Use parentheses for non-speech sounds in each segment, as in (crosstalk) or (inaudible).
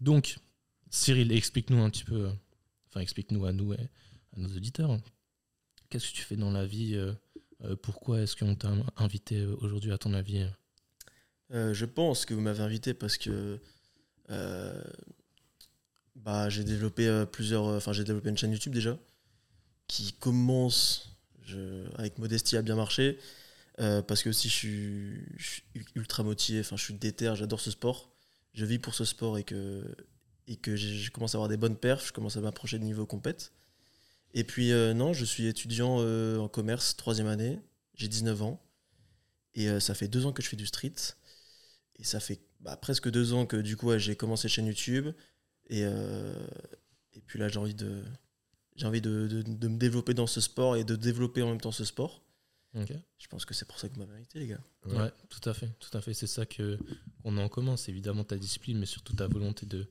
Donc, Cyril, explique-nous un petit peu, euh, enfin, explique-nous à nous, et à nos auditeurs, hein. qu'est-ce que tu fais dans la vie euh, euh, Pourquoi est-ce qu'on t'a invité euh, aujourd'hui, à ton avis euh Euh, je pense que vous m'avez invité parce que euh, bah, j'ai développé euh, plusieurs. euh, Enfin, j'ai développé une chaîne YouTube déjà qui commence je- avec modestie à bien marcher euh, parce que aussi je suis, je suis ultra motivé. Enfin, je suis déter. J'adore ce sport. Je vis pour ce sport et que et que j'ai- je commence à avoir des bonnes perfs. Je commence à m'approcher de niveau compète. Et puis euh, non, je suis étudiant euh, en commerce troisième année. J'ai 19 ans. Et euh, ça fait deux ans que je fais du street. Et ça fait bah, presque deux ans que du coup ouais, j'ai commencé chaîne YouTube. Et, euh, et puis là j'ai envie de j'ai envie de, de- de me développer dans ce sport et de développer en même temps ce sport. Ok. Je pense que c'est pour ça que vous m'avez invité les gars. Ouais. tout à fait, tout à fait. C'est ça que qu'on a en commun, c'est évidemment ta discipline, mais surtout ta volonté de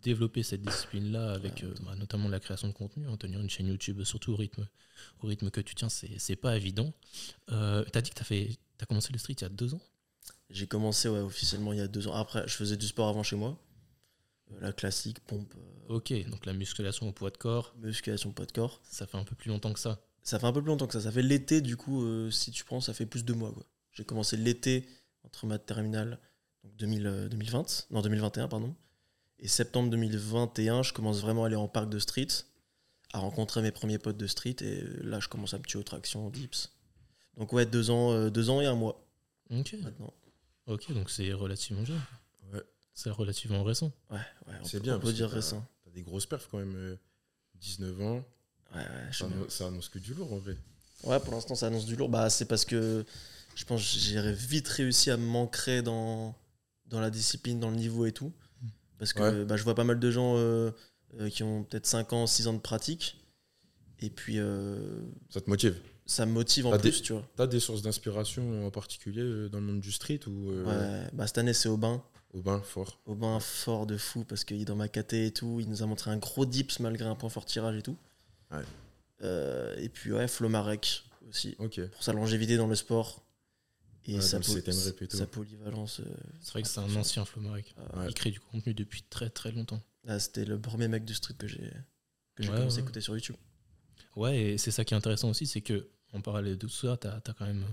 développer cette discipline-là avec Ouais, euh, bah, notamment la création de contenu, en tenir une chaîne YouTube, surtout au rythme, au rythme que tu tiens, c'est c'est pas évident. Euh, t'as dit que t'as fait, t'as commencé le street il y a deux ans. J'ai commencé ouais, officiellement il y a deux ans. Après je faisais du sport avant chez moi. Euh, La classique, pompe, euh, Ok, donc la musculation au poids de corps, musculation, pas de corps. ça fait un peu plus longtemps que ça. Ça fait un peu plus longtemps que ça. Ça fait l'été du coup, euh, si tu prends, ça fait plus de deux mois. quoi. J'ai commencé l'été entre ma terminale, donc 2000, euh, 2020, non 2021 pardon. Et septembre 2021, je commence vraiment à aller en parc de street, à rencontrer mes premiers potes de street. Et là, je commence à me tuer aux tractions, aux dips. Donc ouais, deux ans, euh, deux ans et un mois Ok, maintenant. ok, donc c'est relativement jeune. Ouais. C'est relativement récent. Ouais, ouais, on C'est peut- bien, On peut parce que dire t'as- récent. T'as des grosses perfs quand même. euh, 19 ans, Ouais, ouais, je ça suis bien. annonce, ça annonce que du lourd en vrai. Ouais, pour l'instant, ça annonce du lourd. Bah, c'est parce que je pense que j'ai vite réussi à m'ancrer dans, dans la discipline, dans le niveau et tout. Parce que Ouais. bah, je vois pas mal de gens euh, euh, qui ont peut-être 5 ans, 6 ans de pratique. Et puis, euh, Ça te motive ça me motive en T'as Bah, des- plus, tu vois. T'as des sources d'inspiration en particulier euh, dans le monde du street ou euh, Ouais, bah, cette année, c'est Aubin. au bain fort Aubin, fort de fou, parce qu'il est dans ma KT et tout. Il nous a montré un gros dips malgré un point fort tirage et tout. Ouais. Euh, et puis, ouais, Flo Marek aussi. Ok. Pour sa longévité dans le sport. Et Ah, Ouais, sa, dans le po- CTMRP et tout. sa polyvalence. euh, C'est vrai que c'est un ancien flomaric. Ouais. Il crée du contenu depuis très très longtemps. Ah, c'était le premier mec du street que j'ai que j'ai Ouais, commencé ouais. à écouter sur YouTube. Ouais, et c'est ça qui est intéressant aussi, c'est que en parallèle de tout ça, t'as as quand même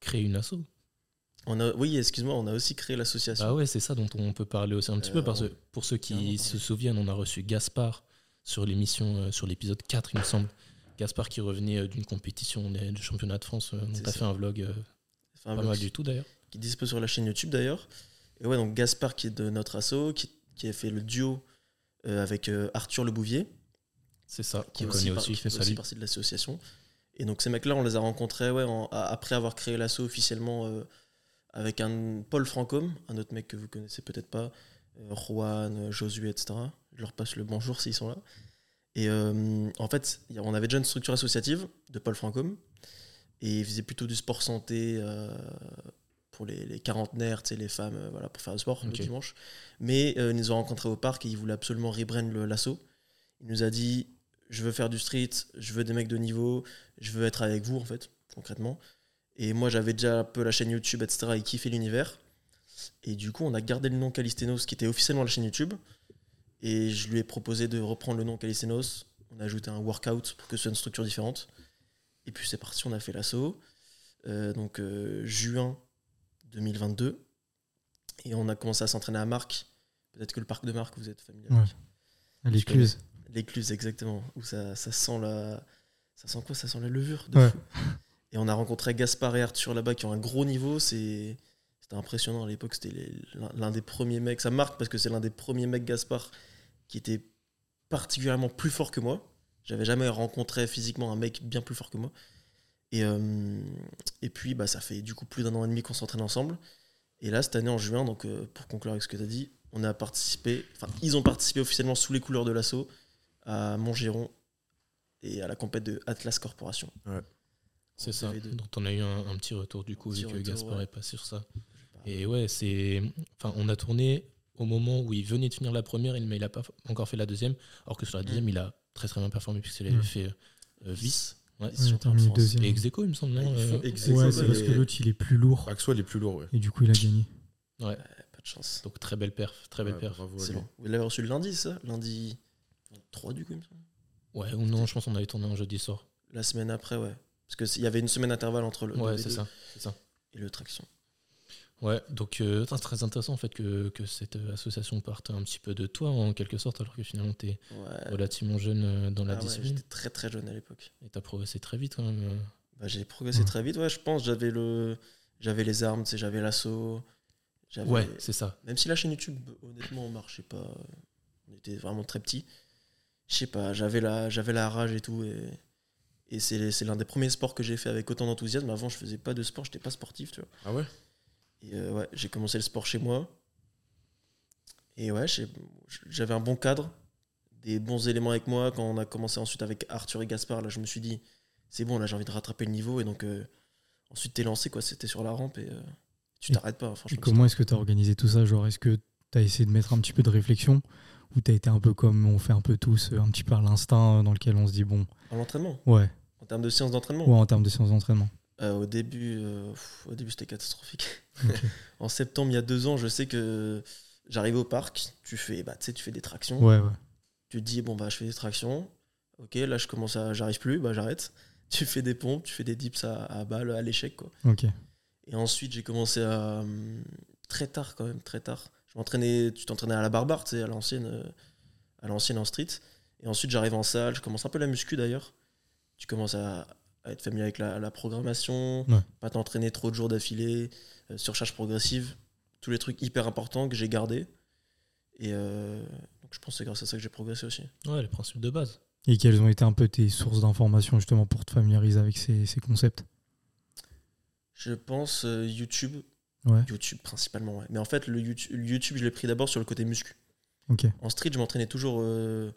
créé une asso. On a, oui, excuse-moi, on a aussi créé l'association. Bah ouais, c'est ça dont on peut parler aussi un petit Euh, peu, parce que ouais. pour ceux qui Carrément, se ouais. souviennent, on a reçu Gaspard sur l'émission, euh, sur l'épisode 4, il me semble. Gaspard qui revenait euh, d'une compétition des- du championnat de France, euh, dont C'est t'as ça. fait un vlog euh, Enfin, un pas blog mal du tout d'ailleurs. qui est dispo sur la chaîne YouTube d'ailleurs. Et ouais, donc Gaspard qui est de notre asso, qui, qui a fait le duo euh, avec euh, Arthur Le Bouvier, C'est ça, qui qu'on est connaît aussi, par- aussi, qui fait fait aussi salut. partie de l'association. Et donc ces mecs-là, on les a rencontrés ouais, en- a- après avoir créé l'asso officiellement euh, avec un Paul Francom, un autre mec que vous connaissez peut-être pas, euh, Juan, euh, Josué, etc. Je leur passe le bonjour s'ils sont là. Et euh, en fait, y a- on avait déjà une structure associative de Paul Francom, et ils faisaient plutôt du sport santé euh, pour les, les quarantenaires, tu sais, les femmes, euh, voilà, pour faire du sport Ok. le dimanche. Mais euh, ils nous ont rencontrés au parc et ils voulaient absolument rebrand le- l'asso. Il nous a dit je veux faire du street, je veux des mecs de niveau, je veux être avec vous en fait, concrètement. Et moi j'avais déjà un peu la chaîne YouTube, etc. et kiffé l'univers. Et du coup on a gardé le nom Calistenos qui était officiellement la chaîne YouTube. Et je lui ai proposé de reprendre le nom Calistenos. On a ajouté un workout pour que ce soit une structure différente. Et puis c'est parti, on a fait l'assaut. Euh, donc euh, juin 2022. Et on a commencé à s'entraîner à Marc. Peut-être que le parc de Marc, vous êtes familier avec. Ouais. L'écluse. L'écluse, exactement. Où ça, ça sent la. Ça sent quoi Ça sent la levure de Ouais. fou. Et on a rencontré Gaspard et Arthur là-bas qui ont un gros niveau. C'est. C'était impressionnant à l'époque, c'était les- l'un- l'un des premiers mecs. Ça marque parce que c'est l'un des premiers mecs, Gaspard, qui était particulièrement plus fort que moi. J'avais jamais rencontré physiquement un mec bien plus fort que moi. Et, euh, et puis, bah, ça fait du coup plus d'un an et demi qu'on s'entraîne ensemble. Et là, cette année, en juin, donc, euh, pour conclure avec ce que tu as dit, on a participé, enfin, ils ont participé officiellement sous les couleurs de l'assaut à Montgeron et à la compète de Atlas Corporation. C'est ça, TV2. dont on a eu un, un petit retour du coup, Petit vu que retour, Gaspard ouais. est passé sur ça. pas. Et ouais, c'est. Enfin, on a tourné au moment où il venait de finir la première, il- mais il a pas f- encore fait la deuxième. Alors que sur la deuxième, il a très très bien performé, puisqu'il avait Mm. fait euh, euh, Vice. Ouais. Vice. Ils sont Ouais, terminé en France. deuxième. Et ex aequo, il me semble, non Ils font Euh, ex aequo, Ouais, c'est mais parce que l'autre il est plus lourd Axwell est plus lourd, ouais. et du coup il a gagné. Ouais. Pas Pas de chance. Donc très belle perf, très belle Ouais, perf. Ah, bravo à C'est lui. bon. Vous l'avez reçu le lundi, ça Lundi 3 du coup, il me semble. Ouais, ou non, je pense qu'on avait tourné un jeudi soir. La semaine après, ouais. Parce que c'est- il y avait une semaine d'intervalle entre le Ouais, le c'est V2 ça. et le traction. Ouais, donc euh, putain, c'est très intéressant en fait que, que cette euh, association parte un petit peu de toi en quelque sorte, alors que finalement t'es Ouais. relativement jeune euh, dans la Ah ouais, discipline J'étais très très jeune à l'époque. et t'as progressé très vite quand même. euh. Bah, j'ai progressé Ouais. très vite, ouais. Je pense j'avais le, j'avais les armes, tu sais, j'avais l'assaut. j'avais- Ouais, c'est ça. Même si la chaîne YouTube, honnêtement, on marchait pas. On était vraiment très petits. Je sais pas, j'avais la, j'avais la rage et tout. Et, et c'est, c'est l'un des premiers sports que j'ai fait avec autant d'enthousiasme. Avant, je faisais pas de sport, j'étais pas sportif, tu vois. Ah ouais Et euh, ouais, j'ai commencé le sport chez moi. Et ouais, j'ai- j'avais un bon cadre, des bons éléments avec moi. Quand on a commencé ensuite avec Arthur et Gaspard, là, je me suis dit, c'est bon, là, j'ai envie de rattraper le niveau. Et donc, euh, ensuite, t'es lancé, quoi. C'était sur la rampe et euh, tu Et- t'arrêtes pas, Et franchement. comment est-ce que tu as organisé tout ça Genre, est-ce que tu as essayé de mettre un petit peu de réflexion ou tu as été un peu comme on fait un peu tous, euh, un petit peu à l'instinct euh, dans lequel on se dit, bon, En entraînement, ouais, en termes de séance d'entraînement. ouais en termes de séances d'entraînement Euh, au début, euh, pff, au début c'était catastrophique. (laughs) en septembre, il y a deux ans, je sais que j'arrive au parc, tu fais, bah, tu sais, tu fais des tractions. Ouais, ouais. tu te dis bon bah je fais des tractions ok là je commence à j'arrive plus bah j'arrête (laughs) tu fais des pompes tu fais des dips à, à balle à l'échec quoi Ok. et ensuite j'ai commencé à hum, très tard quand même très tard je m'entraînais tu t'entraînais à la barbare tu sais à l'ancienne euh, à l'ancienne en street et ensuite j'arrive en salle je commence un peu la muscu d'ailleurs tu commences à, à être familier avec la, la programmation Ouais. pas t'entraîner trop de jours d'affilée euh, surcharge progressive tous les trucs hyper importants que j'ai gardés et euh, donc je pense que c'est grâce à ça que j'ai progressé aussi Ouais, les principes de base. Et quelles ont été un peu tes sources d'informations justement pour te familiariser avec ces, ces concepts Je pense euh, YouTube. Ouais. YouTube principalement, ouais. Mais en fait, le YouTube, le YouTube, je l'ai pris d'abord sur le côté muscu. Ok. En street, je m'entraînais toujours euh,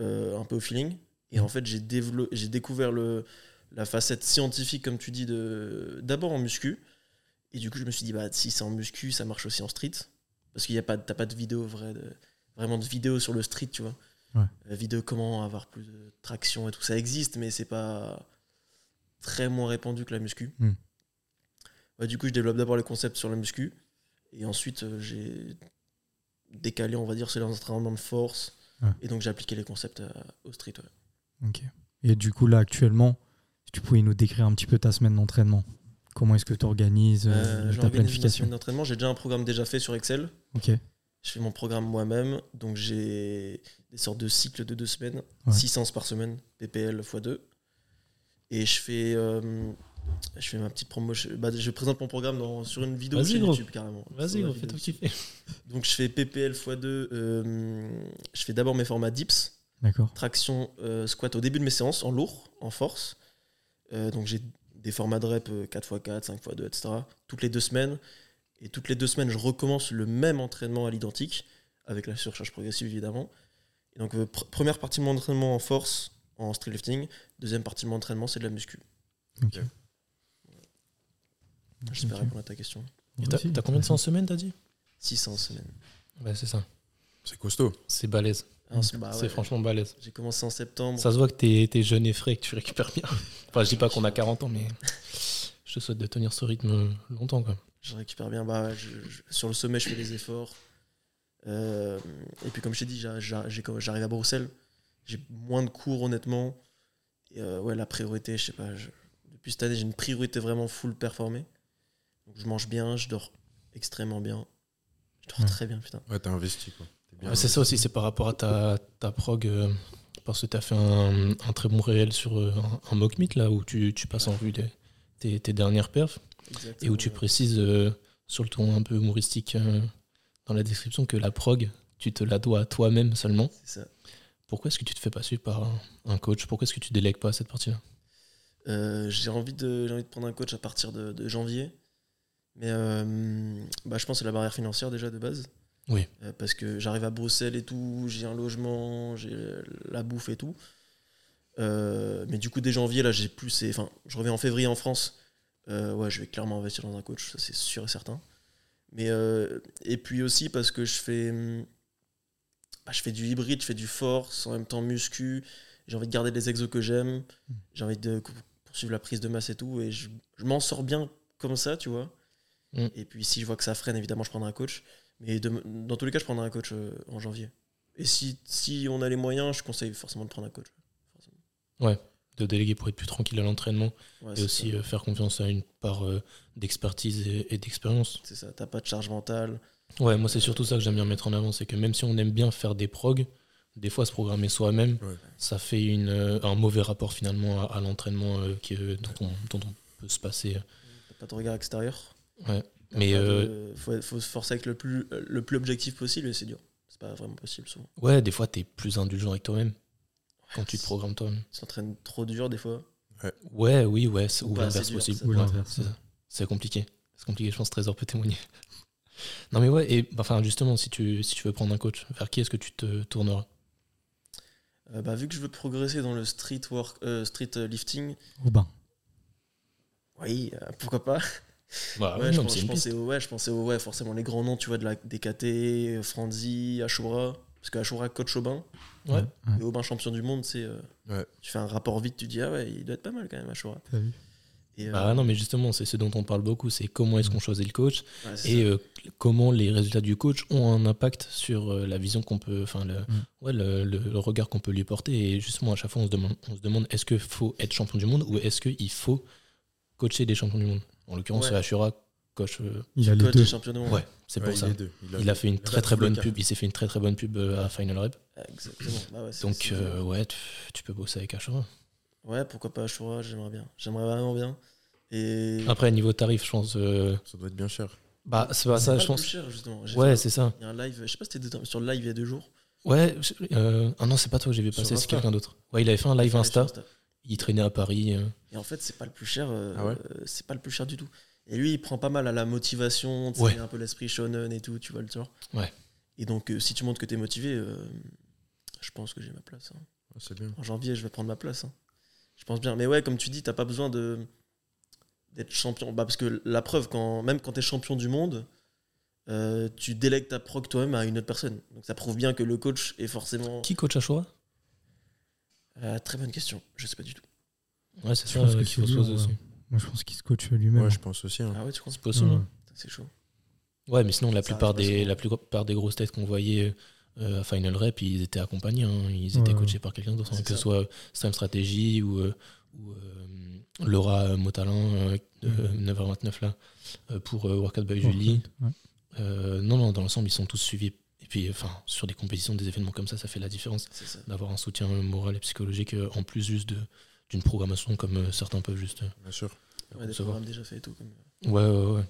euh, un peu au feeling. Et Mhm. en fait, j'ai dévelop- j'ai découvert le, la facette scientifique, comme tu dis, de- d'abord en muscu. Et du coup, je me suis dit, bah, si c'est en muscu, ça marche aussi en street. Parce qu'il n'y a pas, de- t'as pas de vidéo vraie, de- vraiment de vidéo sur le street, tu vois. Ouais. Euh, vidéo comment avoir plus de traction et tout, ça existe, mais c'est pas très moins répandu que la muscu. Mhm. Ouais, Bah, du coup, je développe d'abord les concepts sur la muscu. Et ensuite, euh, j'ai décalé, on va dire, c'est l'entraînement de force. Ouais. Et donc, j'ai appliqué les concepts à- au street. ouais. Ok. Et du coup, là, actuellement, si tu pouvais nous décrire un petit peu ta semaine d'entraînement, comment est-ce que tu organises euh, Euh, ta J'organise ma planification semaine d'entraînement. J'ai déjà un programme déjà fait sur Excel. Ok. Je fais mon programme moi-même. Donc, j'ai des sortes de cycles de deux semaines, Ouais. six séances par semaine, PPL x 2. Et je fais, euh, je fais ma petite promotion. Bah, je présente mon programme dans- sur une vidéo Vas-y, sur gros. YouTube carrément. Sur Vas-y, la gros, vidéo fais-toi YouTube. kiffer. Donc, je fais PPL x 2. euh, je fais d'abord mes formats DIPS. D'accord. traction euh, squat au début de mes séances en lourd, en force. Euh, donc j'ai des formats de rep euh, 4x4, 5x2, etc. Toutes les deux semaines. Et toutes les deux semaines, je recommence le même entraînement à l'identique, avec la surcharge progressive évidemment. Et donc euh, pr- première partie de mon entraînement en force, en street lifting. Deuxième partie de mon entraînement, c'est de la muscu. Ok. J'espère Ok. répondre à ta question. Et T'as Aussi, t'as combien de séances semaine, t'as dit 600 semaines. Ouais, c'est ça. C'est costaud. C'est balèze. Ah, c'est- bah ouais, C'est franchement balèze. J'ai commencé en septembre. Ça se voit que t'es t'es jeune et frais et que tu récupères bien. (laughs) Enfin, je dis pas qu'on a 40 ans, mais je te souhaite de tenir ce rythme longtemps, quoi. je récupère bien. Bah, je- je- sur le sommet, je fais des efforts. Euh, et puis, comme je t'ai dit, j'a- j'a- j'ai- quand j'arrive à Bruxelles. J'ai moins de cours, honnêtement. Et, euh, ouais, la priorité, je sais pas. je- depuis cette année, j'ai une priorité vraiment full performée. Donc, je mange bien, je dors extrêmement bien. Je dors Ouais. très bien, putain. Ouais, t'as investi quoi. T'es bien hein. Ouais, Ah, c'est investi. ça aussi, c'est par rapport à ta, ta prog. euh, parce que tu as fait un, un très bon réel sur euh, un, un mock meet, là, où tu, tu passes en revue les- tes, tes dernières perfs et où tu précises euh, sur le ton un peu humoristique euh, dans la description que la prog, tu te la dois à toi-même seulement. C'est ça. Pourquoi est-ce que tu te fais pas suivre par un, un coach Pourquoi est-ce que tu délègues pas cette partie-là Euh, j'ai envie de j'ai envie de prendre un coach à partir de, de janvier mais euh, bah, je pense que c'est la barrière financière déjà de base Oui. Euh, parce que j'arrive à Bruxelles et tout j'ai un logement j'ai la bouffe et tout Euh, mais du coup dès janvier là j'ai plus c'est enfin je reviens en février en France Euh, ouais je vais clairement investir dans un coach ça c'est sûr et certain mais euh, et puis aussi parce que je fais hum, bah, je fais du hybride je fais du force en même temps muscu j'ai envie de garder les exos que j'aime j'ai envie de cou- poursuivre la prise de masse et tout, et je, je m'en sors bien comme ça, tu vois. Mm. Et puis si je vois que ça freine, évidemment, je prendrai un coach. Mais de- dans tous les cas, je prendrai un coach euh, en janvier. Et si, si on a les moyens, je conseille forcément de prendre un coach. Forcément. de déléguer pour être plus tranquille à l'entraînement Ouais, et c'est aussi ça. euh, faire confiance à une part euh, d'expertise et, et d'expérience. C'est ça, t'as pas de charge mentale. Ouais, moi c'est surtout ça que j'aime bien mettre en avant, c'est que même si on aime bien faire des progs, des fois se programmer soi-même, Ouais. ça fait une, euh, un mauvais rapport finalement à, à l'entraînement euh, qui, euh, dont, on, dont on peut se passer. T'as pas de regard extérieur. Ouais. T'as Mais, pas de- euh, faut, faut se forcer à être le plus, euh, le plus objectif possible et c'est dur. C'est pas vraiment possible souvent. Ouais, des fois t'es plus indulgent avec toi-même quand Ouais, tu te c'est- programmes toi-même. Tu t'entraînes trop dur des fois. Ouais, oui, ouais, c'est- Ou ou pas assez l'inverse Bah, dur, possible. ça. Ou Ouais, l'inverse, c'est ouais. ça. C'est compliqué. C'est compliqué, je pense, Trésor peut témoigner. non mais ouais, et bah, enfin justement, si tu, si tu veux prendre un coach, vers qui est-ce que tu te tourneras Euh, bah, vu que je veux progresser dans le street, work, euh, street euh, lifting, Robin. oui, euh, pourquoi pas Bah ouais, oui, je, non, mais pense- c'est je une piste. pensais au, ouais, je pensais au, ouais, forcément les grands noms, tu vois, de la DKT, euh, Franzi, Ashura, parce que Ashura coach Aubin, Ouais. et Aubin champion du monde, c'est euh, Ouais. tu fais un rapport vite, tu dis ah ouais, il doit être pas mal quand même Ashura. T'as vu Et, euh, Mm. Bah non, mais justement, c'est ce dont on parle beaucoup, c'est comment est-ce qu'on choisit le coach ouais, c'est et ça. euh, comment les résultats du coach ont un impact sur euh, la vision qu'on peut, enfin le, Mm. ouais, le, le- le regard qu'on peut lui porter. Et justement, à chaque fois, on se demande, on se demande est-ce qu'il faut être champion du monde ou est-ce qu'il faut coacher des champions du monde En l'occurrence, Ouais. Ashura coach. euh, Il a les coach des deux. champions du monde. ouais, c'est Ouais, pour il ça. est deux. Il a, Il a fait une il a très très tout le bonne cas. pub. Il s'est fait une très très bonne pub euh, à Final Rep. Ah, Exactement. Bah ouais, c'est- Donc c'est- euh, ouais, tu, tu peux bosser avec Ashura. ouais, pourquoi pas Ashura, j'aimerais bien, j'aimerais vraiment bien. Et Après niveau tarif, je pense. euh, Ça doit être bien cher. bah c'est pas C'est ça, pas je le plus pense. cher, justement. J'ai Ouais, fait- c'est ça. Il y a un live, je sais pas si t'étais sur le live il y a deux jours. Ouais, je- euh, ah non, c'est pas toi que j'ai vu Sur passer, c'est Insta. quelqu'un d'autre. Ouais, il avait fait un live Sur Insta, Insta. il traînait à Paris. euh. Et en fait, c'est pas le plus cher. euh, Ah ouais euh, c'est pas le plus cher du tout. Et lui, il prend pas mal à la motivation, tu sais, Ouais. il a un peu l'esprit shonen et tout, tu vois le genre. Ouais. Et donc, euh, si tu montres que t'es motivé, euh, je pense que j'ai ma place. hein. Ouais, c'est bien. En janvier, je vais prendre ma place. hein. Je pense bien. Mais ouais, comme tu dis, t'as pas besoin de d'être champion. Bah, parce que la preuve, quand, même quand t'es champion du monde, euh, tu délègues ta prog toi-même à une autre personne. Donc ça prouve bien que le coach est forcément. Qui coach Ashura Euh, très bonne question. Je sais pas du tout. Ouais, c'est Je ça pense euh, que qu'il faut c'est se lui, poser aussi. ouais. Moi, je pense qu'il se coach lui-même. Ouais, je pense aussi. hein. Ah ouais, tu crois C'est possible. Ouais. hein. C'est chaud. Ouais, mais sinon, la Ça plupart, arrive pas des, souvent. la plupart des grosses têtes qu'on voyait euh, à Final Rep, ils étaient accompagnés, hein, ils Ouais, étaient ouais. coachés par quelqu'un d'autre, hein, C'est que ce ça. soit Sam Strategy ou, euh, ou, euh, Laura Motalin euh, de Mhm. 9h29 là, euh, pour euh, Workout by Julie. Ouais. Euh, non, non, dans l'ensemble, ils sont tous suivis. Et puis, enfin, sur des compétitions, des événements comme ça, ça fait la différence. C'est ça. d'avoir un soutien euh, moral et psychologique euh, en plus juste de- d'une programmation comme euh, certains peuvent juste euh, Bien sûr. Ouais, des recevoir. programmes déjà faits et tout. comme- Ouais, ouais, ouais.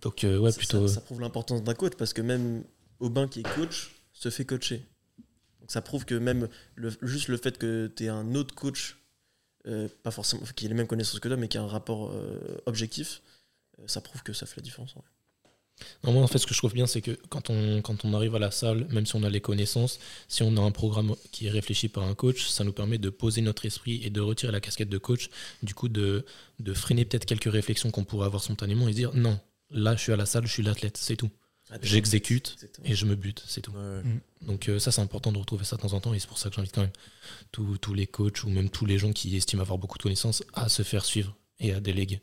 Donc, euh, ouais, ça, plutôt. ça- ça prouve l'importance d'un coach parce que même Aubin qui est coach se fait coacher. Donc ça prouve que même le, juste le fait que tu es un autre coach, euh, pas forcément qui ait les mêmes connaissances que toi, mais qui a un rapport euh, objectif, euh, ça prouve que ça fait la différence. en vrai. Non, moi, en fait, ce que je trouve bien, c'est que quand on, quand on arrive à la salle, même si on a les connaissances, si on a un programme qui est réfléchi par un coach, ça nous permet de poser notre esprit et de retirer la casquette de coach. Du coup, de, de freiner peut-être quelques réflexions qu'on pourrait avoir spontanément et se dire non, là, je suis à la salle, je suis l'athlète, c'est tout. Ah, J'exécute Exactement. Et je me bute, c'est tout. Ouais, ouais. Donc euh, ça, c'est important de retrouver ça de temps en temps, et c'est pour ça que j'invite quand même tous, tous les coachs ou même tous les gens qui estiment avoir beaucoup de connaissances à se faire suivre et à déléguer.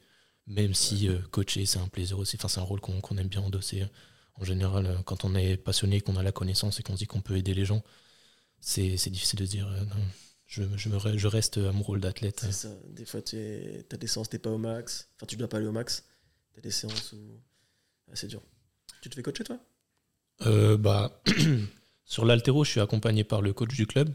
Même si euh, coacher, c'est un plaisir aussi, enfin c'est un rôle qu'on qu'on aime bien endosser. euh, En général, euh, quand on est passionné, qu'on a la connaissance et qu'on se dit qu'on peut aider les gens, c'est c'est difficile de se dire, euh, non, je, je, me re- je reste à mon rôle d'athlète. C'est ça. Des fois, tu as des séances, t'es pas au max. Enfin, tu dois pas aller au max. Tu as des séances où. Ah, c'est dur. Tu te fais coacher, toi Euh, bah, (clears throat) sur l'altéro, je suis accompagné par le coach du club.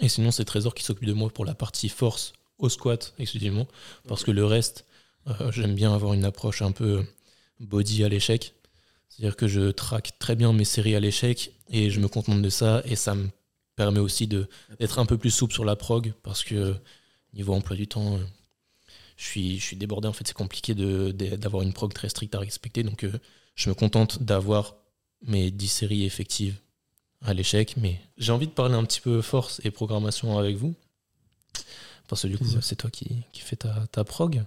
Et sinon, c'est Trésor qui s'occupe de moi pour la partie force au squat exclusivement. Parce que le reste, euh, j'aime bien avoir une approche un peu body à l'échec. C'est-à-dire que je traque très bien mes séries à l'échec et je me contente de ça. Et ça me permet aussi de- d'être un peu plus souple sur la prog. Parce que euh, niveau emploi du temps, euh, je suis, je suis débordé. En fait, c'est compliqué de- de- d'avoir une prog très stricte à respecter. Donc, euh, je me contente d'avoir mes 10 séries effectives à l'échec. Mais j'ai envie de parler un petit peu force et programmation avec vous. Parce que du coup, Plaisir. c'est toi qui, qui fais ta, ta prog.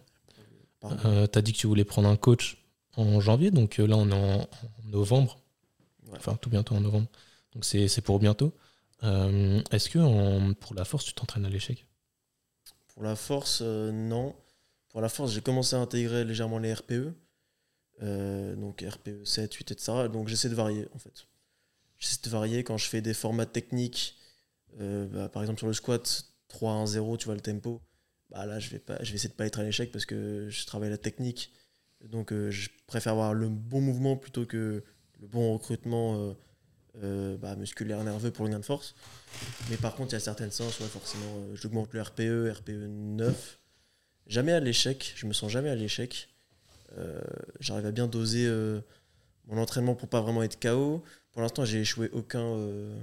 Pardon. Euh, T'as dit que tu voulais prendre un coach en janvier, donc euh, là on est en, en novembre, Ouais. enfin tout bientôt en novembre, donc c'est c'est pour bientôt. Euh, Est-ce que en- pour la force tu t'entraînes à l'échec Pour la force, euh, non. Pour la force, j'ai commencé à intégrer légèrement les RPE. euh, donc RPE 7, 8, etc. Donc j'essaie de varier en fait. J'essaie de varier quand je fais des formats techniques, euh, bah, par exemple sur le squat 3-1-0, tu vois le tempo, bah là je vais, pas, je vais essayer de pas être à l'échec parce que je travaille la technique. Donc euh, je préfère avoir le bon mouvement plutôt que le bon recrutement euh, euh, bah, musculaire nerveux pour le gain de force. Mais par contre, il y a certaines séances, ouais, forcément, euh, j'augmente le RPE, RPE 9. E Jamais à l'échec, je me sens jamais à l'échec. Euh, J'arrive à bien doser euh, mon entraînement pour pas vraiment être KO. Pour l'instant, j'ai échoué aucun, euh,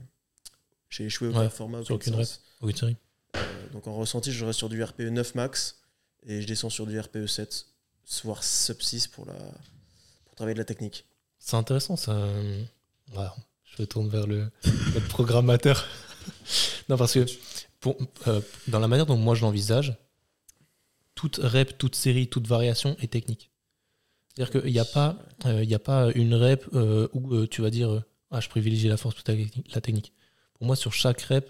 j'ai échoué aucun Ouais, format, sur aucune aucune séance. Oui, Thierry. Euh, donc en ressenti, je reste sur du RPE 9 max et je descends sur du RPE 7, voire sub 6 pour, la, pour travailler de la technique. C'est intéressant, ça. euh, voilà, je me tourne vers le, notre programmateur. (laughs) non, parce que pour- euh, dans la manière dont moi je l'envisage, toute rep, toute série, toute variation est technique. C'est-à-dire qu'il n'y a, pas, euh, il y a pas une rep euh, où euh, tu vas dire euh, Ah, je privilégie la force plutôt que la techni- la technique. Pour moi, sur chaque rep,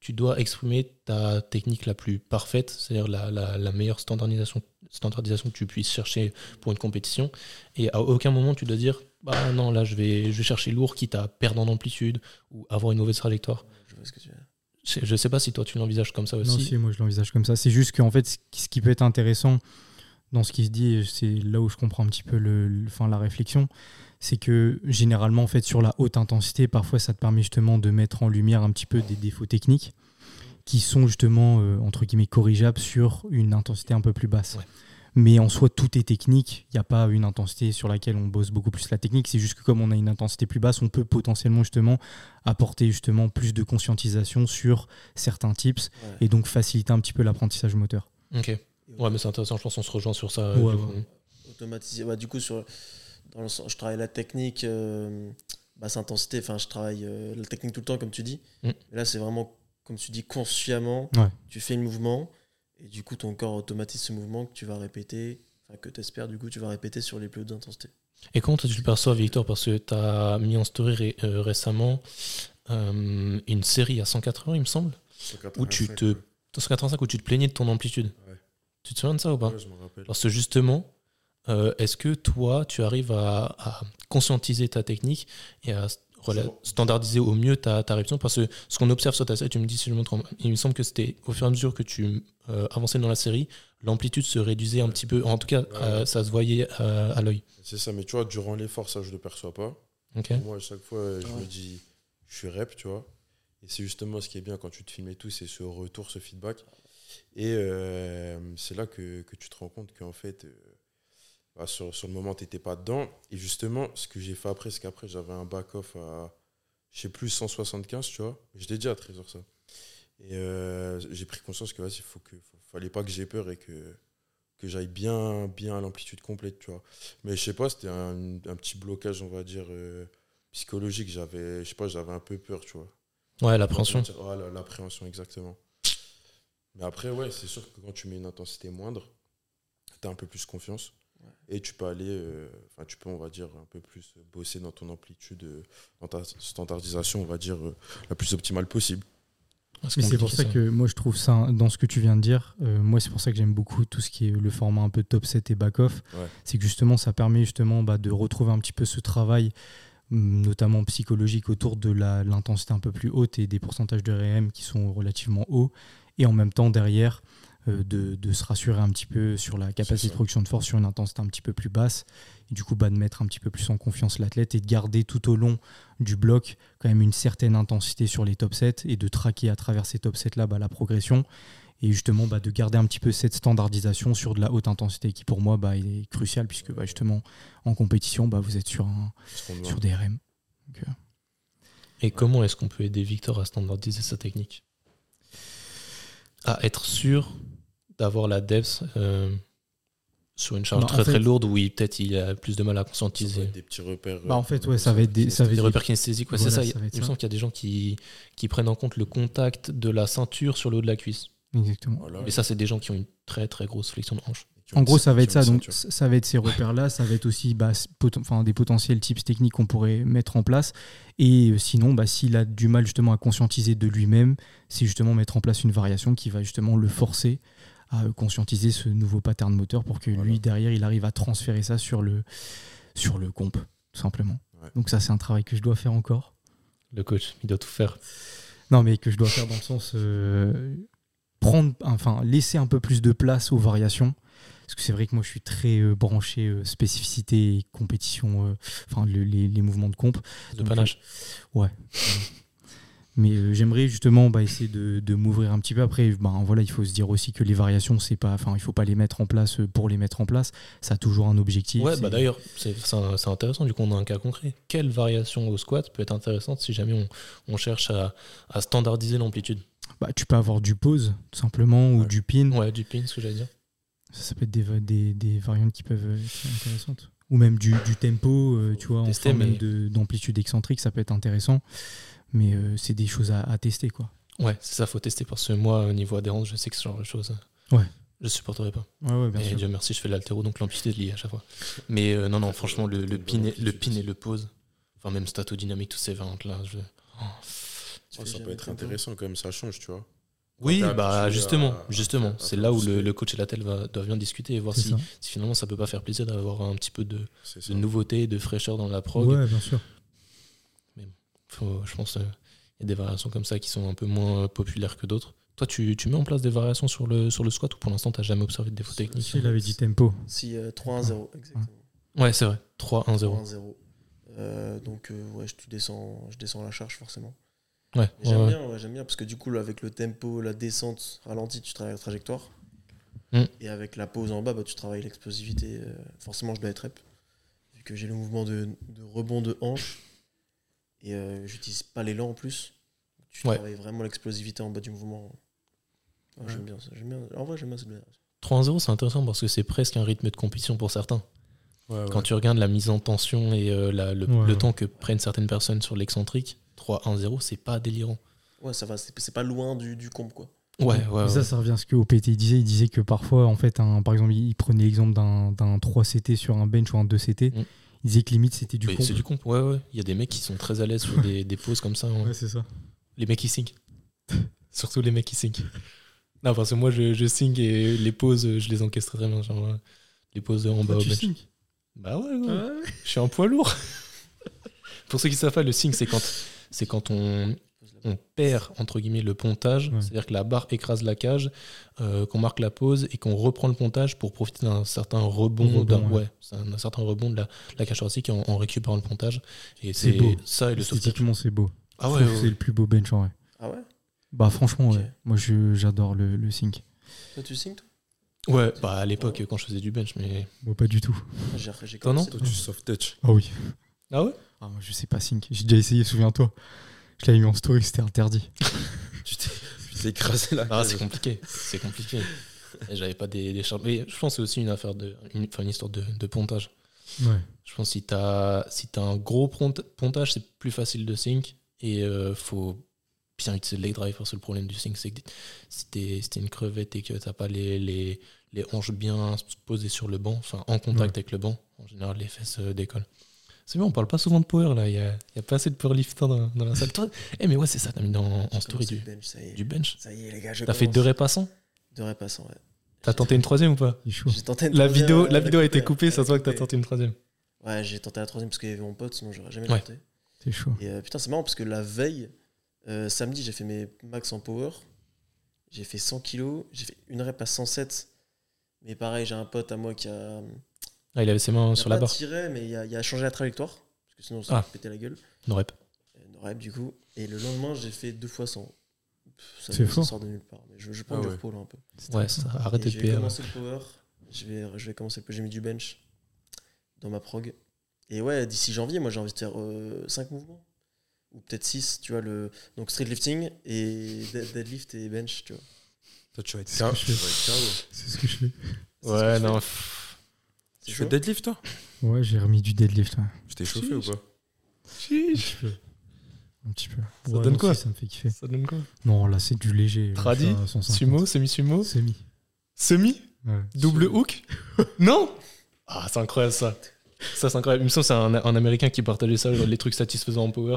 tu dois exprimer ta technique la plus parfaite, c'est-à-dire la, la- la meilleure standardisation, standardisation que tu puisses chercher pour une compétition. Et à aucun moment tu dois dire Bah non, là je vais, je vais chercher lourd, quitte à perdre en amplitude ou avoir une mauvaise trajectoire. Je vois ce que tu veux dire. Je je sais pas si toi tu l'envisages comme ça aussi. Non, si, moi je l'envisage comme ça. C'est juste qu'en fait, ce qui- ce qui peut être intéressant dans ce qui se dit, et c'est là où je comprends un petit peu le, le- enfin, la réflexion, c'est que généralement, en fait, sur la haute intensité, parfois ça te permet justement de mettre en lumière un petit peu des défauts techniques qui sont justement, euh, entre guillemets, corrigeables sur une intensité un peu plus basse. Ouais. Mais en soi, tout est technique. Il n'y a pas une intensité sur laquelle on bosse beaucoup plus la technique. C'est juste que comme on a une intensité plus basse, on peut potentiellement justement apporter justement plus de conscientisation sur certains tips Ouais. et donc faciliter un petit peu l'apprentissage moteur. Ok. Et Ouais, mais c'est intéressant, je pense qu'on se rejoint sur ça. Ouais, du ouais. coup. automatisé Bah, du coup, sur, dans le sens- je travaille la technique, euh, basse intensité, enfin, je travaille euh, la technique tout le temps, comme tu dis. Mm. Mais là, c'est vraiment, comme tu dis, consciemment, Ouais. tu fais le mouvement, et du coup, ton corps automatise ce mouvement que tu vas répéter, enfin, que tu espères, du coup, tu vas répéter sur les plus hautes intensités. Et comment toi, tu le perçois, Victor Parce que tu as mis en story ré- euh, récemment euh, une série à 180, il me semble, Où tu te- dans 185 où tu te plaignais de ton amplitude. Ouais. Tu te souviens de ça ou pas Ouais, je me rappelle. Parce que justement, euh, est-ce que toi, tu arrives à, à conscientiser ta technique et à s- rela- Toujours. standardiser au mieux ta, ta répétition Parce que ce qu'on observe sur ta série, tu me dis si je me trompe, hein, il me semble que c'était au fur et à mesure que tu euh, avançais dans la série, l'amplitude se réduisait un petit peu. En tout cas, euh, ça se voyait euh, à l'œil. C'est ça, mais tu vois, durant l'effort, ça, je le perçois pas. Ok Pour Moi, à chaque fois, euh, je Ah me ouais. dis, je suis rep, tu vois. Et c'est justement ce qui est bien quand tu te filmes et tout, c'est ce retour, ce feedback. Et euh, c'est là que, que tu te rends compte qu'en fait, euh, bah, sur, sur le moment, tu n'étais pas dedans. Et justement, ce que j'ai fait après, c'est qu'après, j'avais un back-off à, je sais plus, 175, tu vois. Je l'ai dit à 13h ça. Et euh, j'ai pris conscience que, vas-y, faut que, faut- fallait pas que j'ai peur et que, que j'aille bien, bien à l'amplitude complète, tu vois. Mais je sais pas, c'était un, un petit blocage, on va dire, euh, psychologique. J'avais, je sais pas, j'avais un peu peur, tu vois. Ouais, l'appréhension. Ouais, la- l'appréhension, exactement. Mais après, ouais, c'est sûr que quand tu mets une intensité moindre, tu as un peu plus confiance. Ouais. Et tu peux aller, euh, enfin, tu peux, on va dire, un peu plus bosser dans ton amplitude, euh, dans ta standardisation, on va dire, euh, la plus optimale possible. C'est Mais c'est compliqué, pour ça que moi je trouve ça, dans ce que tu viens de dire, euh, moi c'est pour ça que j'aime beaucoup tout ce qui est le format un peu top 7 et back off. Ouais. C'est que justement ça permet justement bah, de retrouver un petit peu ce travail, hum, notamment psychologique, autour de la- l'intensité un peu plus haute et des pourcentages de RM qui sont relativement hauts. Et en même temps derrière, euh, de, de se rassurer un petit peu sur la capacité ça. de production de force sur une intensité un petit peu plus basse. Et du coup bah, de mettre un petit peu plus en confiance l'athlète et de garder tout au long du bloc quand même une certaine intensité sur les top 7 et de traquer à travers ces top 7 là bah, la progression et justement bah, de garder un petit peu cette standardisation sur de la haute intensité qui pour moi bah, est cruciale puisque bah, justement en compétition bah, vous êtes sur, un, Parce qu'on sur doit- des E RM. Et comment est-ce qu'on peut aider Victor à standardiser sa technique À être sûr d'avoir la depth euh, sur une charge Bah, en très très fait- lourde où il- peut-être il a plus de mal à ça doit conscientiser. être des petits repères. Bah, en euh, fait ouais ça va être des, ça va Des être repères kinesthésiques, ouais, Voilà, c'est ça. ça va être il me ça. semble qu'il y a des gens qui, qui prennent en compte le contact de la ceinture sur le haut de la cuisse. exactement. voilà, Mais ça, c'est des gens qui ont une très très grosse flexion de hanche. et qui ont En une gros, ça va être ceinture, ça. une Donc, ceinture. ça ça va (laughs) être ces repères-là. Ça va être aussi bah, s- poten- enfin, des potentiels tips techniques qu'on pourrait mettre en place. Et euh, sinon, bah, s'il a du mal justement à conscientiser de lui-même, c'est justement mettre en place une variation qui va justement le forcer à conscientiser ce nouveau pattern moteur pour que Voilà. lui, derrière, il arrive à transférer ça sur le, sur le comp, tout simplement. Ouais. Donc ça, c'est un travail que je dois faire encore. Le coach, il doit tout faire. Non, mais que je dois faire dans le sens euh, prendre, enfin laisser un peu plus de place aux variations. Parce que c'est vrai que moi je suis très euh, branché euh, spécificité et compétition, euh, enfin le- les, les mouvements de comp. De Donc, panache. Mais euh, j'aimerais justement bah, essayer de, de m'ouvrir un petit peu. Après, ben voilà, il faut se dire aussi que les variations, c'est pas, enfin il faut pas les mettre en place euh, pour les mettre en place. Ça a toujours un objectif. Ouais, c'est- bah d'ailleurs, c'est c'est un- c'est intéressant. Du coup, on a un cas concret. Quelle variation au squat peut être intéressante si jamais on, on cherche à, à standardiser l'amplitude bah, tu peux avoir du pause tout simplement ou Ouais. du pin. Ouais, du pin, ce que j'allais dire. Ça, ça peut être des, va- des, des variantes qui peuvent être intéressantes. Ou même du, du tempo, euh, tu vois, en Tester, forme mais- même de- d'amplitude excentrique, ça peut être intéressant. Mais euh, c'est des choses à, à tester, quoi. Ouais, c'est ça, faut tester parce que moi, au niveau adhérence, je sais que ce genre de choses, Ouais. je supporterais pas. Ouais, ouais, bien et sûr. Dieu merci, je fais de l'altéro, donc l'amplitude est liée à chaque fois. Mais euh, non, non, franchement, le, le pin, et, le pin et le pose, enfin même statodynamique, tous ces variantes-là. je- Oh. Tu Oh, fais ça peut jamais être ton temps. intéressant quand même, ça change, tu vois. Oui, t'es bah habitué justement, à- justement, à c'est là où le, participer. le coach et la telle va, doivent bien discuter et voir C'est si, ça. si finalement ça peut pas faire plaisir d'avoir un petit peu de, C'est de ça. nouveauté, de fraîcheur dans la prog. Ouais, bien sûr. Faut- je pense qu'il y a des variations comme ça qui sont un peu moins euh, populaires que d'autres. Toi, tu, tu mets en place des variations sur le, sur le squat ou pour l'instant, tu jamais observé de défaut technique Il avait dit tempo. Si euh, 3-1-0, exactement. Ouais, c'est vrai. 3-1-0. 3-1-0. Euh, donc, euh, ouais, je, tu descends, je descends la charge forcément. Ouais, Mais ouais, J'aime ouais. bien, ouais, j'aime bien, parce que du coup, là, avec le tempo, la descente ralentie, tu travailles la trajectoire. Mm. Et avec la pause en bas, bah, tu travailles l'explosivité. euh, forcément, je dois être rep, vu que j'ai le mouvement de, de rebond de hanche. Et euh, j'utilise pas l'élan en plus. Tu Ouais. travailles vraiment l'explosivité en bas du mouvement. Ouais, J'aime bien ça. j'aime bien- En vrai, j'aime bien cette manière. 3-1-0, c'est intéressant parce que c'est presque un rythme de compétition pour certains. Quand tu regardes la mise en tension et euh, la- le, Ouais, le ouais. temps que prennent certaines personnes sur l'excentrique, 3-1-0, c'est pas délirant. Ouais, ça va, c'est c'est pas loin du, du comble, quoi. Ouais, Mais ouais. ouais. Ça, ça revient à ce que OPT disait. Il disait que parfois, en fait, un, par exemple, il il prenait l'exemple d'un d'un 3CT sur un bench ou un 2CT. Mm. Il disait que limite, c'était du Mais comp. c'est du comp, ouais, ouais. Il y a des mecs qui sont très à l'aise sur des, des poses comme ça. hein. Ouais, c'est ça. Les mecs qui sync. (laughs) Surtout les mecs qui sync. Non, parce que moi, je, je sync et les pauses, euh, je les encaisse très très bien. Genre, euh, les pauses en bas au Ah, Tu Ah bench. signes. Bah ouais, ouais. je suis un poids lourd. (laughs) Pour ceux qui savent pas, le sync, c'est quand, c'est quand on, on perd, entre guillemets, le pontage. Ouais. C'est-à-dire que la barre écrase la cage, euh, qu'on marque la pause et qu'on reprend le pontage pour profiter d'un certain rebond. Rebond, d'un- ouais. ouais, c'est un, un certain rebond de la, la cage thoracique en, en récupérant le pontage. Et C'est c'est beau. ça et le soft touch. Esthétiquement, c'est beau. Ah Je ouais, trouve que ouais, C'est ouais. le plus beau bench en vrai. Ah ouais Bah, franchement, Ok. ouais. Moi, je- j'adore le, le sync. Toi, tu signes, toi Ouais, bah à l'époque, quand je faisais du bench, mais. Moi, pas du tout. Ah, J'ai j'ai Toi, non commencé. Toi, tu soft touch. Ah oui. Ah ouais Ah, moi, je sais pas sync. J'ai déjà essayé, souviens-toi. Je l'avais mis en story, c'était interdit. Tu t'es tu t'es écrasé là. Ah, c'est compliqué, c'est compliqué. Et J'avais pas des, des charges. Mais je pense que c'est aussi une affaire de, une, enfin, une histoire de, de pontage. Ouais. Je pense que si t'as si t'as un gros pront- pontage, c'est plus facile de sync et euh, faut bien utiliser le leg drive parce que le problème du sync, c'est que si t'es si t'es une crevette et que t'as pas les, les, les hanches bien posées sur le banc, enfin en contact avec le banc, en général les fesses euh, décollent. C'est bien, on parle pas souvent de power là, il y a, il y a pas assez de powerlifting dans, dans la salle. Toi, (laughs) eh, mais ouais, c'est ça, t'as mis dans, en J'ai story commencé du, le bench, ça y est. du bench. Ça y est, les gars, je T'as fait commence. deux repassants Deux reps passants, ouais. T'as tenté une troisième ou pas Il est chaud. J'ai tenté une la troisième, vidéo, euh, la vidéo a été couper. coupée, ça se voit que t'as Ouais. tenté une troisième. Ouais, j'ai tenté la troisième parce qu'il y avait mon pote, sinon j'aurais jamais Ouais. tenté. C'est chaud. Et euh, putain, c'est marrant parce que la veille, euh, samedi, j'ai fait mes max en power. J'ai fait 100 kilos, j'ai fait une rep à 107. Mais pareil, j'ai un pote à moi qui a. Ah, il avait ses mains il a sur la pas barre. tiré, mais il a, il a changé la trajectoire. Parce que sinon, ça Ah. me pétait la gueule. No rep. Euh, Une rep, du coup. Et le lendemain, j'ai fait deux fois 100. Pff, Ça, C'est ça fort. sort de nulle part. Mais je, je prends Ah du ouais. repos là un peu. Ouais, ça, Et arrêtez de J'ai PR. commencé le power. Je vais, je vais commencer le power. J'ai mis du bench dans ma prog. Et ouais, d'ici janvier, moi j'ai envie de faire 5 mouvements. Ou peut-être 6, tu vois. Le... Donc street lifting et dead- deadlift et bench, tu vois. Toi, tu vas être C'est ce KO. que je Tu vas être KO. C'est ce que je fais. C'est ce que je fais. pff. C'est Tu chaud. fais deadlift, toi Ouais, j'ai remis du deadlift. ouais. Tu t'es chauffé ou pas Un petit peu. Ça Ouais, donne non, quoi si, Ça me fait kiffer. Ça donne quoi Non, là, c'est du léger. Tradi, Je suis à 150. Sumo, semi-sumo, Semi. semi, Ouais. double hook (laughs) Non Ah, c'est incroyable ça. Ça, c'est incroyable. Il me semble que c'est un, un américain qui partageait ça, genre, les trucs satisfaisants en power.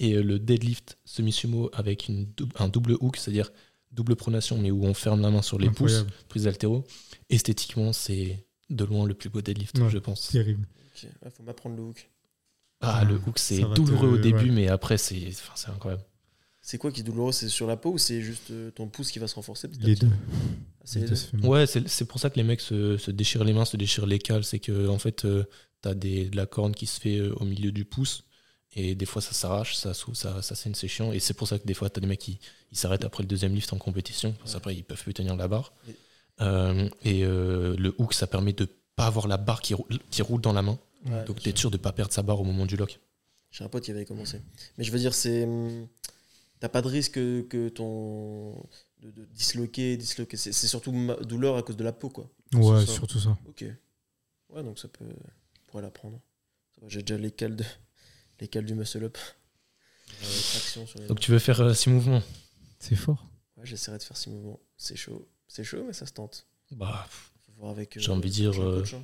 Et euh, le deadlift semi-sumo avec une dou- un double hook, c'est-à-dire double pronation, mais où on ferme la main sur les Incroyable. pouces, prise altéro. Esthétiquement, c'est de loin le plus beau deadlift, Ouais. je pense. Terrible. Ok. Ah, faut m'apprendre le hook. Ah, le hook, c'est Ça va te- douloureux au ouais. début, mais après, c'est enfin, c'est incroyable. C'est quoi qui est douloureux C'est sur la peau ou c'est juste euh, ton pouce qui va se renforcer petit à Les petit deux. Ah, c'est les Les deux. deux se fait mal. Ouais, c'est c'est pour ça que les mecs se, se déchirent les mains, se déchirent les cales. C'est que, en fait, euh, t'as des- de la corne qui se fait euh, au milieu du pouce. Et des fois, ça s'arrache, ça, s'ouvre, ça, ça saigne, c'est chiant. Et c'est pour ça que des fois, t'as des mecs qui ils s'arrêtent après le deuxième lift en compétition. Parce qu'après, ils peuvent plus tenir la barre. Oui. Euh, et euh, le hook, ça permet de pas avoir la barre qui, roule- qui roule dans la main. Ouais. Donc, t'es sûr de pas perdre sa barre au moment du lock. J'ai un pote qui avait commencé. Mais je veux dire, c'est. hum, T'as pas de risque que, que ton. de, de disloquer, disloquer. C'est c'est surtout ma- douleur à cause de la peau, quoi. Ouais, C'est ça. surtout ça. Ok. Ouais, donc ça peut. On pourrait l'apprendre. Ça va, J'ai déjà les cales, de- (laughs) les cales du muscle-up. Euh, traction sur les Donc, tu veux faire euh, six mouvements C'est fort. Ouais, j'essaierai de faire six mouvements. C'est chaud. C'est chaud, mais ça se tente. Bah, Faut voir avec. J'ai envie de dire, le euh, coach, hein.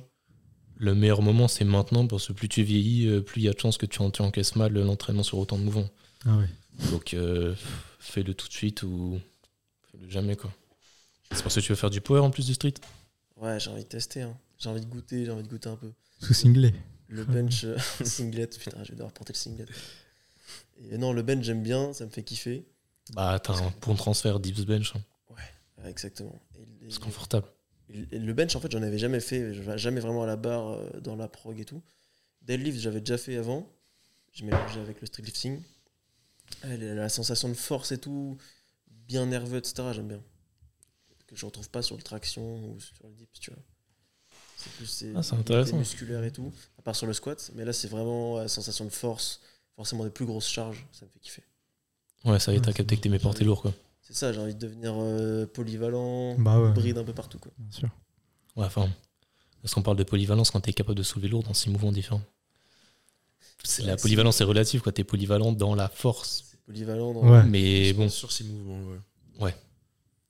le meilleur moment, c'est maintenant. Parce que plus tu vieillis, euh, plus il y a de chances que tu, en- tu encaisses mal euh, l'entraînement sur autant de mouvements. Ah ouais. Donc euh, fais-le tout de suite ou fais-le jamais quoi. C'est parce que tu veux faire du power en plus du street. Ouais, j'ai envie de tester. hein. J'ai envie de goûter, j'ai envie de goûter un peu. Sous cinglé. Le (laughs) bench euh, (laughs) singlet, putain, je vais devoir porter le singlet. Et non, le bench, j'aime bien, ça me fait kiffer. Bah t'as un bon transfert dips bench, hein. Ouais, exactement. Et les- c'est confortable. et le bench, en fait, j'en avais jamais fait, je vais jamais vraiment à la barre euh, dans la prog et tout. Deadlift, j'avais déjà fait avant. Je mélangeais avec le street lifting. Ah, la, la sensation de force et tout, bien nerveux, etc., j'aime bien. Que je retrouve pas sur le traction ou sur le dips, tu vois. C'est plus c'est Ah, c'est intéressant. musculaire et tout, à part sur le squat. Mais là, c'est vraiment la sensation de force, forcément des plus grosses charges, ça me fait kiffer. Ouais ça y est, t'as Ouais, capté que t'aimais porter lourd quoi. C'est ça, j'ai envie de devenir euh, polyvalent, Bah ouais. hybride un peu partout, quoi. Bien sûr. Ouais enfin. Parce qu'on parle de polyvalence quand t'es capable de soulever lourd dans six mouvements différents. C'est- Ouais, la c'est- polyvalence est relative quoi, t'es polyvalent dans la force. C'est polyvalent dans Ouais. Mais bon, Sur ces mouvements, ouais.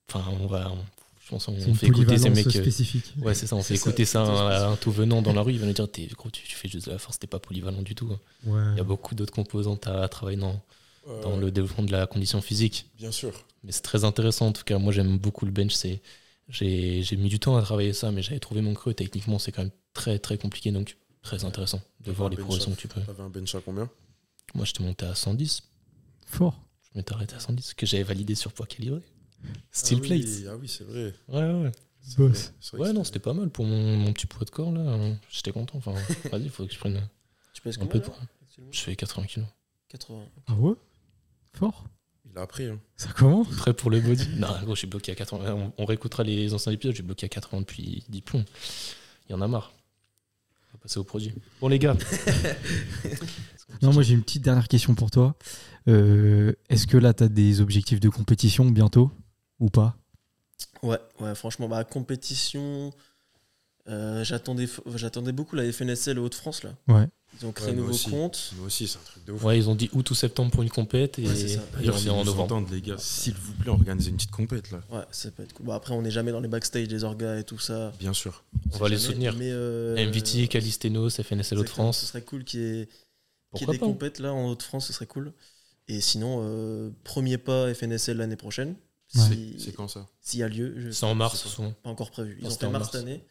enfin on va. on- je pense qu'on C'est une fait écouter ces polyvalence mecs. euh, spécifique. Ouais, c'est ça, on fait C'est ça, écouter ça, c'est à un tout venant dans la rue, il va nous dire T'es- gros, tu, tu fais juste de la force, t'es pas polyvalent du tout. hein. Il y Ouais. a beaucoup d'autres composantes à, à travailler dans, Ouais, dans ouais, le développement de la condition physique. Bien sûr. Mais c'est très intéressant en tout cas. Moi j'aime beaucoup le bench. C'est j'ai j'ai mis du temps à travailler ça, mais j'avais trouvé mon creux. Techniquement c'est quand même très très compliqué donc très intéressant de voir les Bench progressions off. que tu peux. T'avais un bench à combien Ah Moi j'étais monté à 110. Fort. Je m'étais arrêté à 110 que j'avais validé sur poids calibré. Steel ah plate. Oui, ah oui, c'est vrai. Ouais ouais. C'est Boss. vrai, c'est vrai que Ouais non c'était- c'était pas mal pour mon, mon petit poids de corps là. J'étais content. Enfin (laughs) vas-y faut que je prenne Tu pèses un combien, peu de là, poids. actuellement Je fais 80 kilos. 80. Ah ouais Fort. Il a appris. Hein. Ça commence Prêt pour le body Non, gros, je suis bloqué à 80. On, on réécoutera les anciens épisodes, je suis bloqué à 80 depuis 10 plombs. Il y en a marre. On va passer au produit. Bon, les gars. Non, moi j'ai une petite dernière question pour toi. Euh, Est-ce que là tu as des objectifs de compétition bientôt ou pas Ouais, ouais, franchement, bah, compétition. euh, j'attendais, j'attendais beaucoup la FNSL Hauts-de-France, là. Ouais. Ils ont créé Ouais, un moi nouveau aussi. compte. Moi aussi, c'est un truc de ouf. Ouais, ils ont dit août ou septembre pour une compète et, Ouais, c'est ça. et on est en novembre. les gars, s'il vous plaît, organisez une petite compète là. Ouais, ça peut être cool. Bon, après, on n'est jamais dans les backstage des orgas et tout ça. Bien sûr. On va les Jamais, soutenir. Mais euh, MVT, Calistenos, FNSL exactement, de Ce France. serait cool qu'il y ait, qu'il y ait Pourquoi des pas hein. compètes là en Hauts-de-France, ce serait cool. Et sinon, euh, premier pas FNSL l'année prochaine. Ouais. si- C'est quand ça S'il y a lieu, je C'est en mars c'est souvent. pas encore prévu. Ils Non, ont c'était fait en mars mars. cette année. Ouais,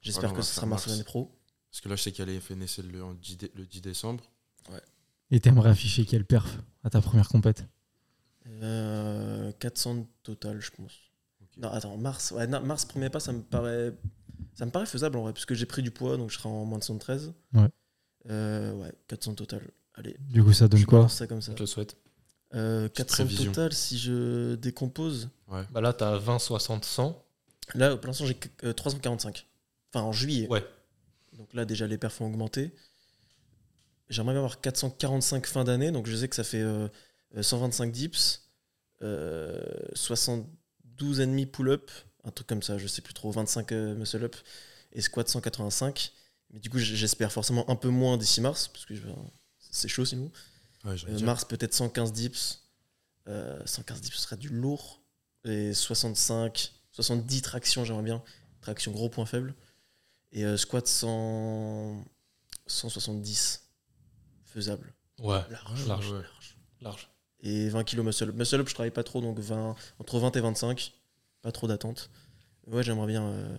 J'espère on que va ce faire sera mars mars. l'année pro. Parce que là, je sais qu'il y a les FNSL le, en 10 dé- le 10 décembre. Et t'aimerais afficher quelle perf à ta première compète Euh, 400 total, je pense. Ok. Non, attends, mars, ouais, non, mars, premier pas, ça me paraît, ça me paraît faisable en vrai, parce que j'ai pris du poids, donc je serai en moins de 113. Ouais. Euh, ouais, 400 total. Allez. Du coup ça donne je quoi balance ça comme ça. Je te le souhaite. Euh, 400 prévision. total, si je décompose. Ouais. Bah là, t'as 20, 60, 100. Là, pour l'instant, j'ai que- euh, 345. Enfin, en juillet. Ouais. Donc là, déjà, les perfs ont augmenté. J'aimerais bien avoir 445 fin d'année. Donc je sais que ça fait euh, euh, 125 dips, euh, 72,5 pull-up, un truc comme ça, je sais plus trop, 25 euh, muscle-up et squat 185. Mais du coup, j- j'espère forcément un peu moins d'ici mars, parce que je vais- c'est chaud sinon. Ouais, j'allais Euh, dire. mars, peut-être 115 dips. Euh, 115 dips, ce serait du lourd. Et 65, 70 tractions, j'aimerais bien. Traction, gros point faible. Et euh, squat 100, 170. Faisable. Ouais, Large. Large. Ouais. large. et 20 kg muscle up. Muscle up, je travaille pas trop, donc 20, entre 20 et 25, pas trop d'attente. Ouais, j'aimerais bien euh,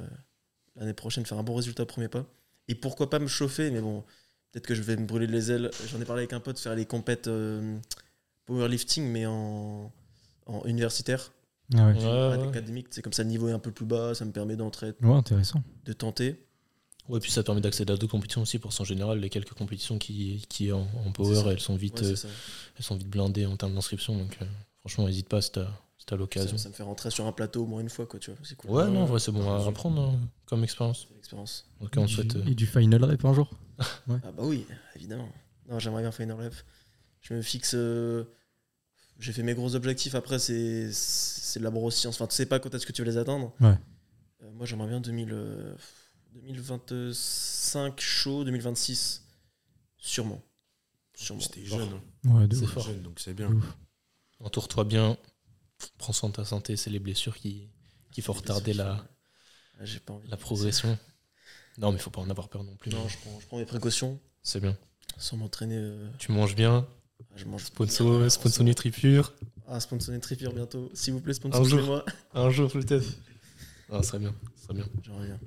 l'année prochaine faire un bon résultat au premier pas. Et pourquoi pas me chauffer, mais bon, peut-être que je vais me brûler les ailes. J'en ai parlé avec un pote, faire les compètes euh, powerlifting, mais en, en universitaire, Ah ouais. Ouais, ouais. académique. C'est comme ça, le niveau est un peu plus bas, ça me permet d'entrer, Ouais, intéressant. de tenter. Ouais, puis ça permet d'accéder à d'autres compétitions aussi, parce qu'en général, les quelques compétitions qui, qui en, en C'est ça. power, elles sont, vite, Ouais, euh, c'est ça. elles sont vite blindées en termes d'inscription. Donc, euh, franchement, n'hésite pas si t'as si t'as l'occasion. ça. ça me fait rentrer sur un plateau au moins une fois, quoi, tu vois. C'est cool. Ouais, non, en vrai, c'est bon à Ouais. apprendre hein, comme expérience. C'est l'expérience. En tout cas, on Et souhaite. du- euh, Et du final rep un jour Ah bah oui, évidemment. Non, j'aimerais bien faire une rep. Je me fixe. euh, J'ai fait mes gros objectifs. Après, c'est c'est de la broscience. Enfin, tu sais pas quand est-ce que tu vas les atteindre. Ouais. Euh, moi, j'aimerais bien 2000, euh, 2025 chaud, 2026 sûrement. Sûrement. C'était jeune. hein. Ouais, de C'est ouf. fort. jeune, donc c'est de bien. ouf. Entoure-toi bien, prends soin de ta santé, c'est les blessures qui, qui faut retarder la, Ah, J'ai pas envie. la progression. Non, mais faut pas en avoir peur non plus. Non, je prends, je prends mes précautions C'est bien. sans m'entraîner. euh, ah, Tu manges bien, je mange sponsor, sponsor Nutripure, Ah, sponsor Nutripure bientôt. S'il vous plaît, Un jour. sponsorisez-moi. un jour peut-être. Ah, ça serait bien, ça serait bien. J'en reviens.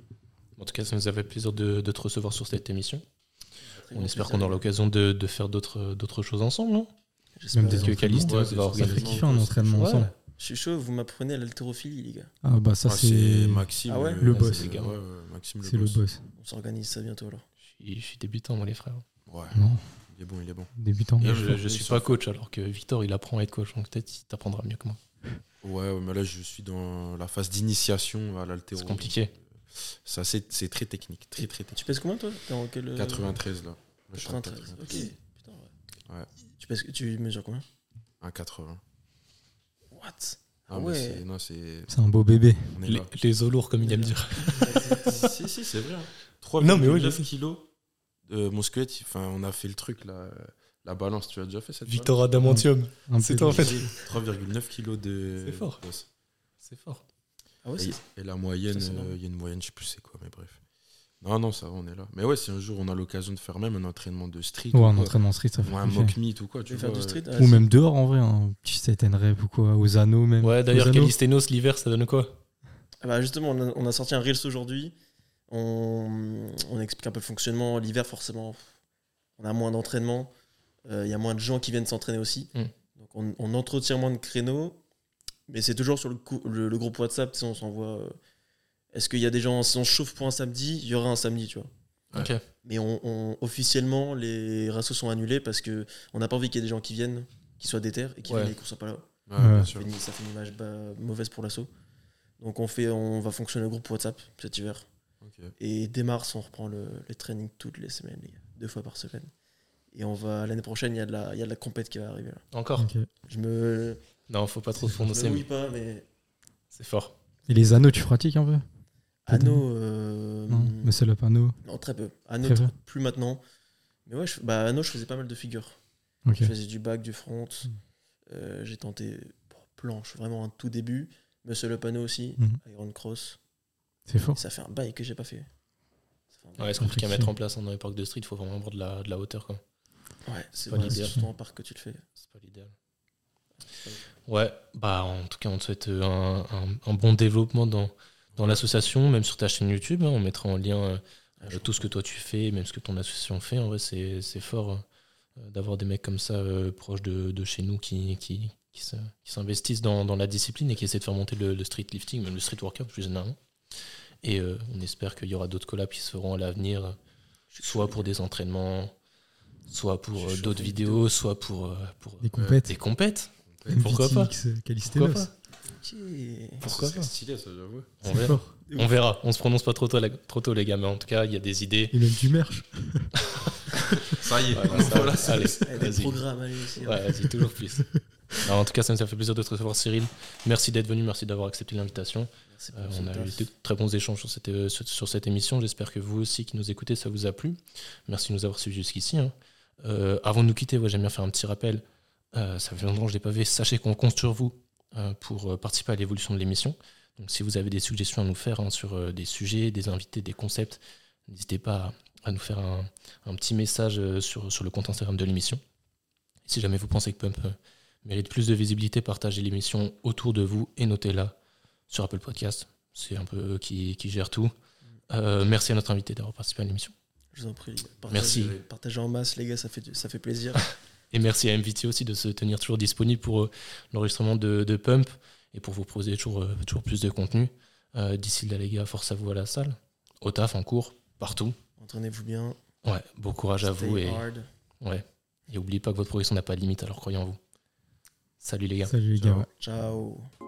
En tout cas, ça nous a fait plaisir de, de te recevoir sur cette émission. Très On grand espère qu'on plaisir. aura l'occasion de, de faire d'autres d'autres choses ensemble, non J'espère. Même des Peut-être que entraînements, Caliste ouais, va Ça fait organiser. kiffer un entraînement Ouais. ensemble. Je suis chaud, vous m'apprenez à l'haltérophilie, les gars. Ah bah ça Ah, c'est Maxime, Ah ouais euh, Le c'est boss. le gars, ouais, ouais, Maxime, c'est le boss. On s'organise ça bientôt alors. Je suis- je suis débutant, moi, les frères. Ouais, Non, il est bon, il est bon. débutant. Et Ils je, sont- je ils suis sont pas coach, alors que Victor, il apprend à être coach, donc peut-être il t'apprendra mieux que moi. Ouais, ouais, mais là, je suis dans la phase d'initiation à l'altéro. C'est compliqué. Ça, c'est c'est très technique, très, très Tu technique. pèses combien toi T'es en quel, euh, 93, là. Là, je suis à 93. Ok. Putain, ouais. Ouais. Tu, pèses, tu mesures combien Un 80. (laughs) What Ah Ah ouais. ouais. c'est- Non, c'est... C'est un beau bébé. On est Les, là. les os lourds, comme il aime (laughs) dire. si, si, c'est vrai. hein. 3 Non, mais ouais, je 9 sais. kilos. Euh, mon squelette, il- enfin, on a fait le truc, là. euh, La balance, tu as déjà fait cette Victor Adamantium. Un C'est peu- toi, en fait. balance J'ai 3,9 kilos de... C'est fort. d'os. C'est fort. Ah ouais, Et, c'est et la moyenne, Ça, c'est normal. euh, il y a une moyenne, je sais plus c'est quoi, mais bref. Non, non, ça va, on est là. Mais ouais, si un jour on a l'occasion de faire même un entraînement de street, Ouais, ou, un quoi, entraînement street, ça fait ou un kiffer. mock meet ou quoi, Tu tu veux vois. euh, faire du street Ah, Ou si. même dehors en vrai, un petit set and rep ou quoi, aux anneaux même. Ouais, d'ailleurs, Aux anneaux. Calisthenos, l'hiver, ça donne quoi Ah bah justement, on a, on a sorti un Reels aujourd'hui. On, on explique un peu le fonctionnement. L'hiver, forcément, on a moins d'entraînement. Euh, Il y a moins de gens qui viennent s'entraîner aussi. Mm. Donc on, on entretient moins de créneaux. Mais c'est toujours sur le, cou- le, le groupe WhatsApp, tu sais, on s'envoie. euh, Est-ce qu'il y a des gens, si on se chauffe pour un samedi, il y aura un samedi, tu vois. Ok. Mais on, on- officiellement, les rassos sont annulés parce que on n'a pas envie qu'il y ait des gens qui viennent, qui soient déter et qui Ouais. viennent et qu'on soit pas là. Ouais, bien Ouais. Ça sûr. fait une- ça fait une image ba- mauvaise pour l'assaut. Donc on, fait, on va fonctionner au groupe WhatsApp cet hiver. Ok. Et dès mars, on reprend le, les trainings toutes les semaines, les gars. deux fois par semaine. Et on va l'année prochaine, il y, a de la- il y a de la compète qui va arriver. là. Encore Ok. Je me, Non, faut pas trop se je me prononcer, mouille mais pas, mais c'est fort. Et les anneaux, tu pratiques un peu anneau, euh, Non, Hmm. mais c'est le panneau. non, très peu. Très Anneau, peu. plus maintenant. Mais ouais, je, bah, anneau, je faisais pas mal de figures. Ok. Hmm. Je faisais du back, du front. Euh, j'ai tenté pour planche, vraiment un tout début. Muscle up anneau aussi, Mhm. Iron Cross. C'est fort. Ça fait un bail que j'ai pas fait. Ça fait un bail. Ouais, c'est compliqué à mettre en place hein, dans les parcs de street, faut vraiment avoir de la, de la hauteur, quoi. Ouais, c'est pas vrai, l'idéal. c'est surtout en parc que tu le fais. C'est pas l'idéal. Ouais, bah en tout cas, on te souhaite euh, un, un- un bon développement dans, dans l'association, même sur ta chaîne YouTube. hein, on mettra en lien euh, Ah, tout ce que toi tu fais, même ce que ton association fait. En vrai, c'est c'est fort euh, d'avoir des mecs comme ça euh, proches de, de chez nous qui, qui, qui se- qui s'investissent dans, dans la discipline et qui essaient de faire monter le, le street lifting, même le street workout plus généralement. Et euh, on espère qu'il y aura d'autres collabs qui se feront à l'avenir soit pour des entraînements, soit Je pour suis euh, chaud d'autres pour une vidéos, soit pour, euh, pour Des compètes. des compètes. Ouais, pourquoi pas BTX, Pourquoi Calisthenos. pas Ok. (laughs) Pourquoi Ça, pas C'est stylé, ça, j'avoue. on C'est verra. fort. on verra. On se prononce pas trop tôt, la- trop tôt, les gars, mais en tout cas, il y a des idées. Et même du merch. Ça y est, Voilà, ça- voilà, c'est- allez, Eh, Des vas-y. programmes, allez, hein. aussi. Ouais, vas-y, toujours (laughs) plus. Non, en tout cas, ça nous a fait plaisir de te recevoir, Cyril. Merci d'être venu, merci d'avoir accepté l'invitation. Merci pour Euh, ce on a eu taf. de très bons échanges sur cette, euh, sur- sur cette émission. J'espère que vous aussi qui nous écoutez, ça vous a plu. Merci de nous avoir suivis jusqu'ici. hein. Euh, avant de nous quitter, ouais, j'aime bien faire un petit rappel. Euh, ça fait longtemps que je l'ai pas fait. Sachez qu'on compte sur vous euh, pour euh, participer à l'évolution de l'émission. Donc, si vous avez des suggestions à nous faire hein, sur euh, des sujets, des invités, des concepts, n'hésitez pas à, à nous faire un, un petit message euh, sur, sur le compte Instagram de l'émission. Et Si jamais vous pensez que Pump euh, mérite plus de visibilité, partagez l'émission autour de vous et notez-la sur Apple Podcast. C'est un peu eux qui, qui gèrent tout. Euh, merci à notre invité d'avoir participé à l'émission. Je vous en prie. les gars. Partagez, Merci. Partagez en masse, les gars, ça fait, du- ça fait (laughs) plaisir. Et merci à MVT aussi de se tenir toujours disponible pour euh, l'enregistrement de, de Pump et pour vous proposer toujours, euh, toujours plus de contenu. Euh, D'ici là, les gars, force à vous à la salle, au taf, en cours, partout. Entraînez-vous bien. Ouais, bon courage à vous Stay et, hard. ouais. et oubliez pas que votre progression n'a pas de limite, alors croyez en vous. Salut les gars. Salut les gars. Ciao. ouais. Ciao.